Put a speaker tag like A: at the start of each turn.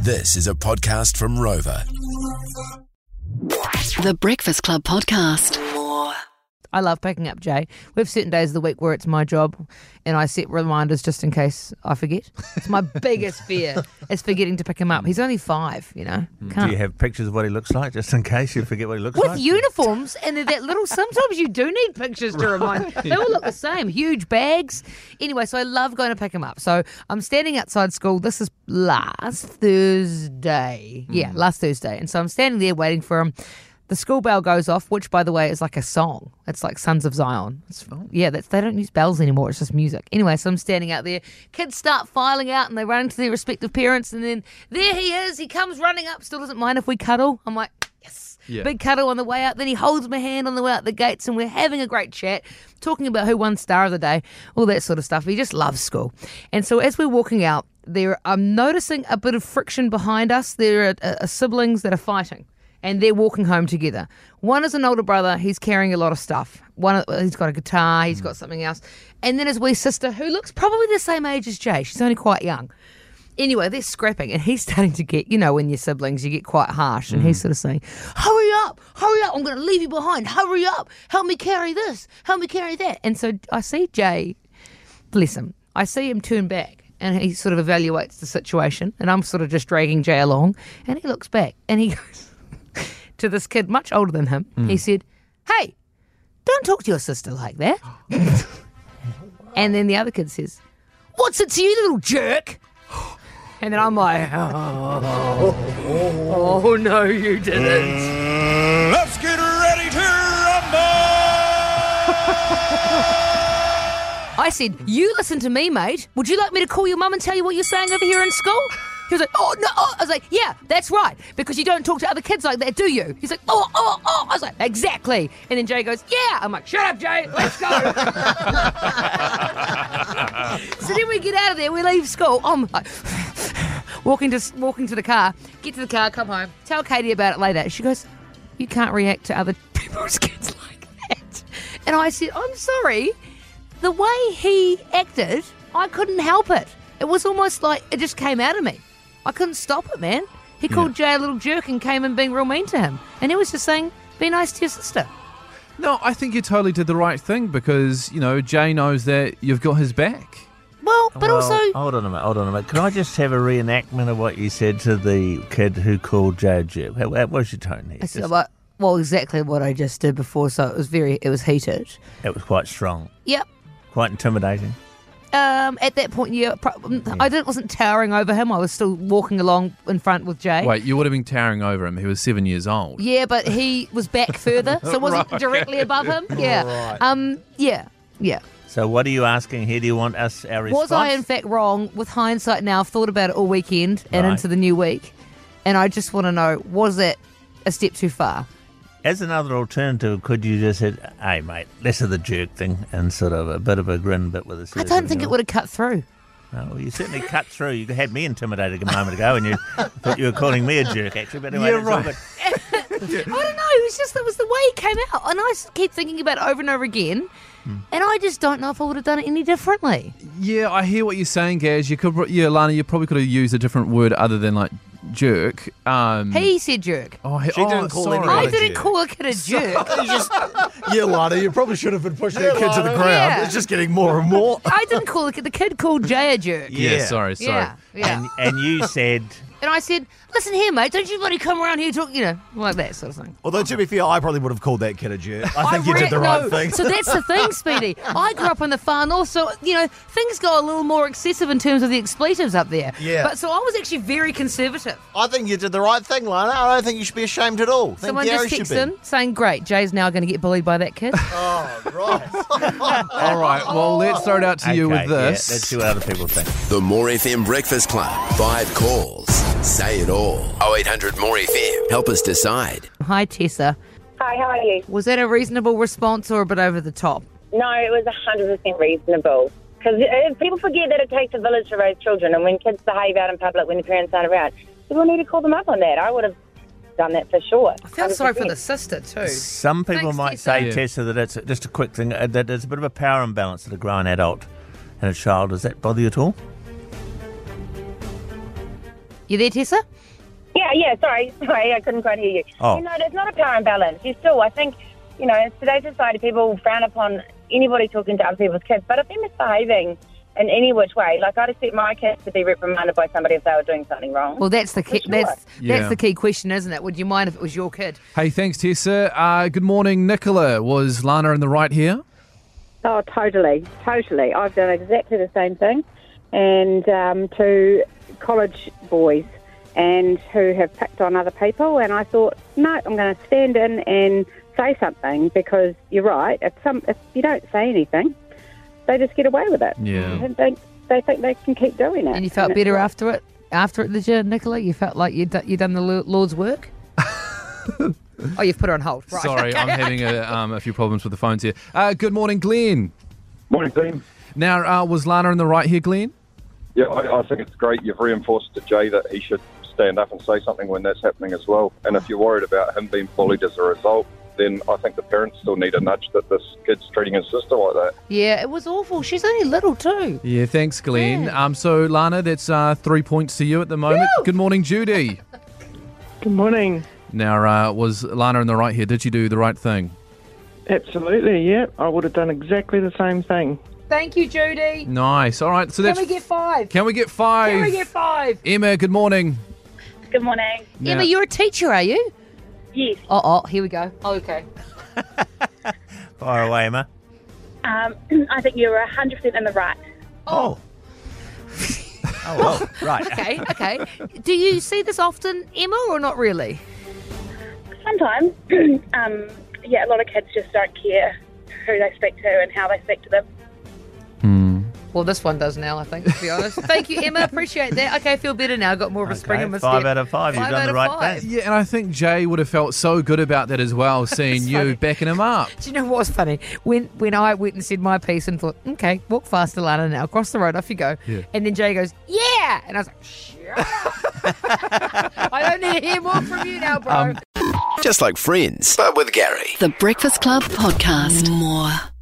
A: This is a podcast from Rover.
B: The Breakfast Club Podcast. More.
C: I love picking up Jay. We have certain days of the week where it's my job and I set reminders just in case I forget. It's my biggest fear is forgetting to pick him up. He's only five, you know. Can't.
D: Do you have pictures of what he looks like, just in case you forget what he looks
C: Ah. With
D: like?
C: uniforms and they're that little, sometimes you do need pictures to remind. They all look the same, huge bags. Anyway, so I love going to pick him up. So I'm standing outside school. This is last Thursday.
D: Mm.
C: Yeah, last Thursday. And so I'm standing there waiting for him. The school bell goes off, which, by the way, is like a song. It's like Sons of Zion. It's, yeah, that's, they don't use bells anymore. It's just music. Anyway, so I'm standing out there. Kids start filing out and they run to their respective parents. And then there he is. He comes running up, still doesn't mind if we cuddle. I'm like, yes. Big cuddle on the way out. Then he holds my hand on the way out the gates, and we're having a great chat, talking about who won star of the day, all that sort of stuff. He just loves school. And so as we're walking out, there I'm noticing a bit of friction behind us. There are uh, siblings that are fighting, and they're walking home together. One is an older brother. He's carrying a lot of stuff. One, uh, he's got a guitar. He's got something else. And then his wee sister, who looks probably the same age as Jay. She's only quite young anyway, they're scrapping, and he's starting to get, you know, when your siblings, you get quite harsh, and he's sort of saying, "Hurry up, hurry up! I'm going to leave you behind. Hurry up! Help me carry this. Help me carry that." And so I see Jay, bless him, I see him turn back, and he sort of evaluates the situation, and I'm sort of just dragging Jay along, and he looks back, and he goes to this kid much older than him. He said, "Hey, don't talk to your sister like that." and then the other kid says, "What's it to you, little jerk?" And then I'm like, oh, oh no, you didn't.
E: Let's get ready to rumble!
C: I said, you listen to me, mate. Would you like me to call your mum and tell you what you're saying over here in school? He was like, oh, no. Oh. I was like, yeah, that's right. Because you don't talk to other kids like that, do you? He's like, oh, oh, oh. I was like, exactly. And then Jay goes, yeah. I'm like, shut up, Jay. Let's go. So then we get out of there, we leave school. I'm like, walking to walking to the car, get to the car, come home, tell Katie about it later. She goes, "You can't react to other people's kids like that." And I said, "I'm sorry. The way he acted, I couldn't help it. It was almost like it just came out of me. I couldn't stop it, man. He called Jay a little jerk and came and being real mean to him, and he was just saying, "Be nice to your sister."
F: No, I think you totally did the right thing because, you know, Jay knows that you've got his back.
C: Well, but
D: Well,
C: also,
D: hold on a minute, hold on a minute. Can I just have a reenactment of what you said to the kid who called Joe Jew? How, what was your tone here?
C: it's
D: Just-
C: like, well, exactly what I just did before, so it was very, it was heated.
D: It was quite strong,
C: Yep.
D: quite intimidating.
C: Um, at that point, yeah, pro- mm,
D: Mm.
C: I didn't, wasn't towering over him. I was still walking along in front with Jay.
F: Wait, you would have been towering over him. He was seven years old.
C: Yeah, but he was back further, so it wasn't directly above him. Yeah. Um. Yeah. Yeah.
D: So, what are you asking here? Do you want us our
C: Was
D: response?
C: I in fact wrong? With hindsight now, I've thought about it all weekend and
D: Right.
C: into the new week, and I just want to know: was it a step too far?
D: As another alternative, could you just hit, hey, mate, less of the jerk thing and sort of a bit of a grin, but with a
C: I don't think it
D: serious-
C: would have cut through.
D: No, well, you certainly cut through. You had me intimidated a moment ago, and you thought you were calling me a jerk, actually. But anyway,
F: Yeah,
D: that's all
F: right.
D: good.
C: I don't know. It was just that was the way he came out, and I s- keep thinking about it over and over again,
D: Hmm.
C: and I just don't know if I would have done it any differently.
F: Yeah, I hear what you're saying, Gaz. You could, yeah, Lana, you probably could have used a different word other than like jerk. Um,
C: He said jerk.
F: oh, he-
D: She didn't
F: oh,
D: call
F: sorry.
D: anyone
C: I
D: Right.
C: didn't
D: Jerk.
C: call a kid a jerk.
E: Yeah, Lana, you probably should have been pushing that kid to the ground.
C: Yeah.
E: It's just getting more and more.
C: I didn't call the kid. The kid called Jay a jerk.
F: Yeah, sorry, sorry.
C: Yeah, yeah.
D: And,
C: And,
D: and you said,
C: I said, "Listen here, mate. Don't you bloody come around here talking, you know, like that sort of thing."
E: Although, to be fair, I probably would have called that kid a jerk. I think you
C: re-
E: did the right
C: no.
E: thing.
C: So that's the thing, Speedy. I grew up in the far north, so you know things go a little more excessive in terms of the expletives up there.
E: Yeah.
C: But so I was actually very conservative.
E: I think you did the right thing, Lana. I don't think you should be ashamed at all. I think
C: Someone
E: Gary
C: just texts
E: should be.
C: in saying, "Great, Jay's now going to get bullied by that kid."
E: Oh, right.
F: All right, well, let's throw it out to you
D: okay,
F: with
D: Yeah, let's
F: this.
D: see what other people think.
A: The More FM Breakfast Club. Five calls. Say it all. 0800 More FM. Help us decide.
C: Hi, Tessa.
G: Hi, how are you?
C: Was that a reasonable response or a bit over the top?
G: No, it was 100% reasonable. Because people forget that it takes a village to raise children, and when kids behave out in public when the parents aren't around, people need to call them up on that. I would have done that for sure.
C: I felt sorry for
G: 100%.
C: the sister too.
D: Some people
C: Thanks,
D: might
C: Tessa.
D: say,
F: Yeah.
D: Tessa, that it's just a quick thing, uh, that there's a bit of a power imbalance that a grown adult and a child. Does that bother you at all?
C: You there, Tessa?
G: Yeah, yeah, sorry, sorry, I couldn't quite hear you.
D: Oh.
G: You know, it's not a power imbalance. You still, I think, you know, in today's society, people frown upon anybody talking to other people's kids, but if they're misbehaving in any which way, like I'd expect my kids to be reprimanded by somebody if they were doing something wrong.
C: Well, that's the key,
G: sure.
C: that's
F: Yeah.
C: that's the key question, isn't it? Would you mind if it was your kid?
F: Hey, thanks, Tessa. Uh, good morning, Nicola. Was Lana in the right here?
H: Oh, totally, totally. I've done exactly the same thing, and um, to college boys, and who have picked on other people. And I thought, no, I'm going to stand in and say something because you're right. If some, if you don't say anything, they just get away with it.
F: Yeah.
H: And they, they think they can keep doing it.
C: And you felt
H: it's
C: better
H: like-
C: after it? After it, did you, Nicola? You felt like you'd, do- you'd done the Lo- Lord's work? oh, you've put her on hold. Right.
F: Sorry, I'm having a, um, a few problems with the phones here. Uh, good morning, Glenn.
I: Morning, team.
F: Now, uh, was Lana in the right here, Glenn?
I: Yeah, I, I think it's great you've reinforced to Jay that he should stand up and say something when that's happening as well. And if you're worried about him being bullied as a result, then I think the parents still need a nudge that this kid's treating his sister like that.
C: Yeah, it was awful. She's only little too.
F: Yeah, thanks, Glenn. Um, so, Lana, that's uh, three points to you at the moment. Good morning, Judy.
J: Good morning.
F: now, uh, was Lana in the right here? Did you do the right thing?
J: Absolutely, yeah. I would have done exactly the same thing.
C: Thank you, Judy.
F: Nice. All right. So that's.
C: Can we get five?
F: Can we get five?
C: Can we get five?
F: Emma, good morning.
G: Good morning.
C: Emma,
F: Now-
C: you're a teacher, are you?
G: Yes.
C: Oh, oh, here we go. Okay.
D: Fire away, Emma.
H: Um, I think you were 100% in the right.
D: Oh. oh, well, right.
C: Okay, okay. Do you see this often, Emma, or not really?
H: Sometimes, um, yeah, a lot of kids just don't care who they speak to and how they speak to them.
C: Well, this one does now, I think, to be honest. Thank you, Emma. Appreciate that. Okay, I feel better now. Got more of a spring in my
D: Okay, five
C: step.
D: out of five. You've
C: Five
D: done
C: out
D: the
C: of
D: right
C: five.
D: thing.
F: Yeah, and I think Jay would have felt so good about that as well, seeing you backing him up.
C: Do you know what's funny? When when I went and said my piece and thought, okay, walk faster, Lana, now, cross the road, off you go.
F: Yeah.
C: And then Jay goes, yeah! And I was like, shut up. I don't need to hear more from you now, bro.
A: Just like friends, but with Gary.
B: The Breakfast Club Podcast. More.